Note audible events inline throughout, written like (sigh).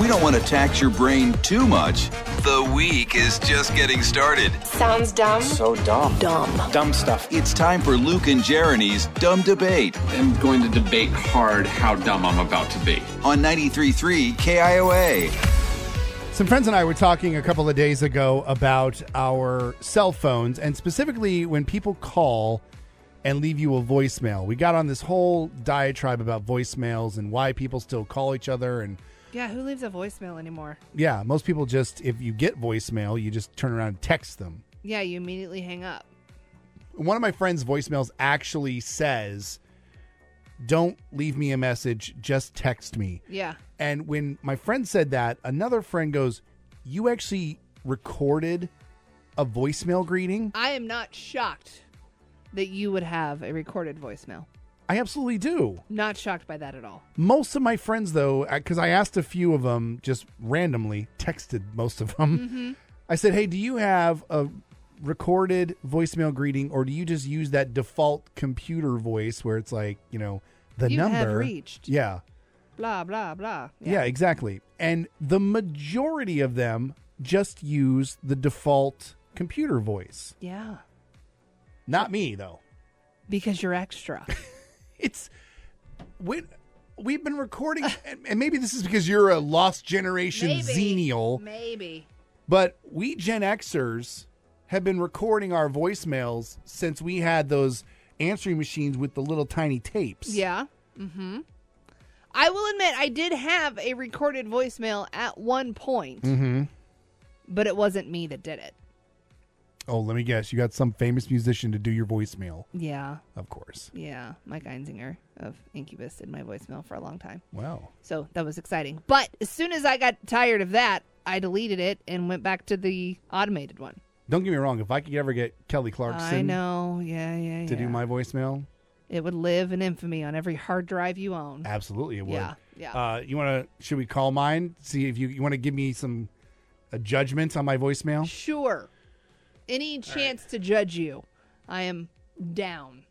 We don't want to tax your brain too much. The week is just getting started. Sounds dumb. So dumb. Dumb. Dumb stuff. It's time for Luke and Jeremy's Dumb Debate I'm going to debate hard how dumb I'm about to be. on 93.3 KIOA. Some friends and I were talking a couple of days ago about our cell phones and specifically when people call and leave you a voicemail. We got on this whole diatribe about voicemails and why people still call each other. And Yeah, who leaves a voicemail anymore? yeah, most people just, if you get voicemail, you just turn around and text them. Yeah, you immediately hang up. One of my friend's voicemails actually says, Don't leave me a message, just text me. Yeah. And when my friend said that, another friend goes, You actually recorded a voicemail greeting? I am not shocked that you would have a recorded voicemail. I absolutely do. Not shocked by that at all. Most of my friends, though, because I asked a few of them just randomly, texted most of them. Mm-hmm. I said, Hey, do you have a recorded voicemail greeting or do you just use that default computer voice where it's like, you know, the You have number? reached. Yeah. Blah, blah, blah. Yeah. exactly. And the majority of them just use the default computer voice. Yeah. Not me though. Because you're (laughs) extra. It's we we've been (laughs) recording, and, and maybe this is because you're a lost generation xenial, Maybe. but we Gen Xers have been recording our voicemails since we had those answering machines with the little tiny tapes. Yeah. Mm hmm. I will admit, I did have a recorded voicemail at one point, Mm-hmm. but it wasn't me that did it. Oh, let me guess. You got some famous musician to do your voicemail, Yeah. of course. Yeah. Mike Einzinger of Incubus did my voicemail for a long time. Wow. So that was exciting. But as soon as I got tired of that, I deleted it and went back to the automated one. Don't get me wrong. If I could ever get Kelly Clarkson I know. Yeah, yeah, yeah. to do my voicemail, It would live in infamy on every hard drive you own. absolutely it would. Yeah, yeah. Uh, you want to? Should we call mine? See if you you want to give me some a judgment on my voicemail. Sure. Any chance to judge you, I am down.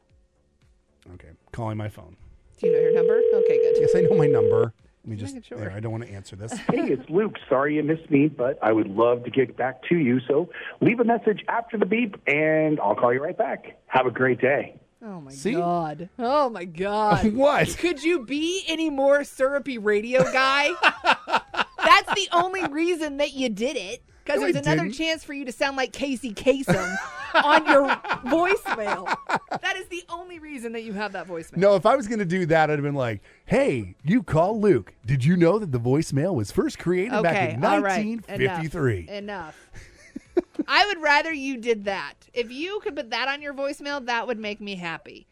Okay, calling my phone. Do you know your number? Okay, good. Yes, I know my number. Let me just. making sure. There, I don't want to answer this. (laughs) Hey, it's Luke. Sorry you missed me, but I would love to get back to you. So leave a message after the beep, and I'll call you right back. Have a great day. Oh my See? god. Oh my god. (laughs) what? Could you be any more syrupy radio (laughs) guy? That's the only reason that you did it. Because No, I there's another didn't. chance for you to sound like Casey Kasem on (laughs) your voicemail. That is the only reason that you have that voicemail. No, if I was going to do that, I'd have been like, "Hey, you call Luke. Did you know that the voicemail was first created back Okay, in all right. Enough. 1953?" Eh. Enough. (laughs) I would rather you did that. If you could put that on your voicemail, that would make me happy.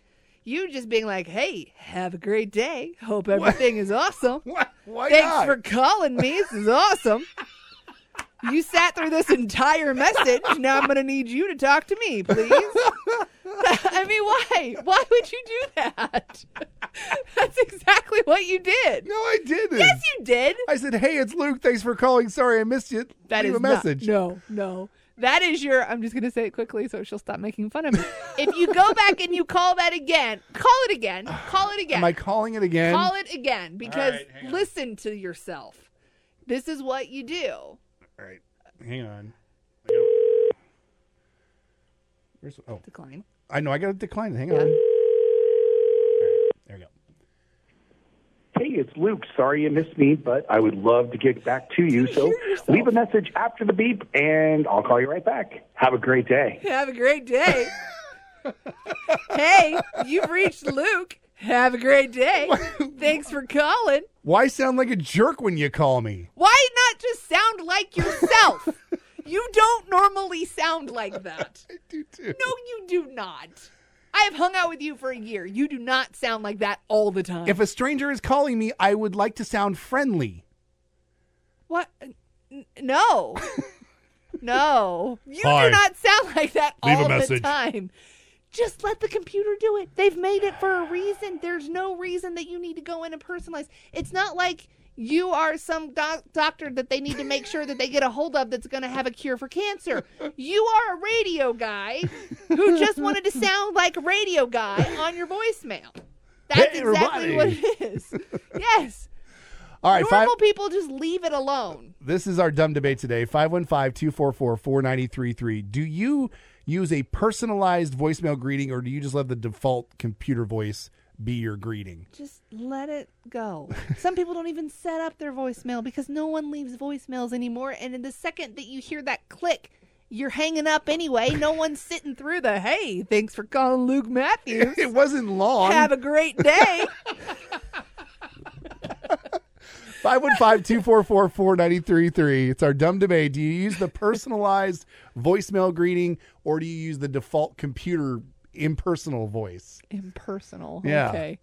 You just being like, "Hey, have a great day. Hope everything is awesome. (laughs) What? Why Thanks not? for calling me. This is awesome. You sat through this entire message. Now I'm going to need you to talk to me, please. (laughs) I mean, why? Why would you do that? (laughs) That's exactly what you did. no, I didn't. Yes, you did. I said, "Hey, it's Luke. Thanks for calling. Sorry, I missed you. That is Leave a message." Not, no, no. That is your. I'm just going to say it quickly so she'll stop making fun of me. if you go back and you call that again, call it again, call it again, Am I calling it again? call it again because listen to yourself. This is what you do. All right, hang on. Where's, oh, Decline. I know. I got to decline. it. Hang on. All right, there we go. Hey, it's Luke. Sorry you missed me, but I would love to get back to you. So leave a message after the beep, and I'll call you right back. Have a great day. Have a great day. hey, you've reached Luke. Have a great day. Thanks for calling. Why sound like a jerk when you call me? Why not just sound like yourself? you don't normally sound like that. I do too. No, you do not. I have hung out with you for a year. You do not sound like that all the time. If a stranger is calling me, I would like to sound friendly. what? N- no. no. You Hi. do not sound like that Leave a all the message. time. Just let the computer do it. They've made it for a reason. There's no reason that you need to go in and personalize. It's not like you are some doc- doctor that they need to make sure that they get a hold of that's going to have a cure for cancer. You are a radio guy who just wanted to sound like a radio guy on your voicemail. That's Hey, exactly everybody. what it is. Yes. All right, five, Normal people just leave it alone. this is our dumb debate today 515-244-4933 do you use a personalized voicemail greeting or do you just let the default computer voice be your greeting Just let it go. Some people don't even set up their voicemail because no one leaves voicemails anymore. And in the second that you hear that click, you're hanging up anyway. No one's sitting through the hey, thanks for calling Luke (laughs) Matthews. it wasn't long Have a great day. 515-244-4933 it's our dumb debate do you use the personalized voicemail greeting or do you use the default computer impersonal voice Impersonal. Yeah. Okay.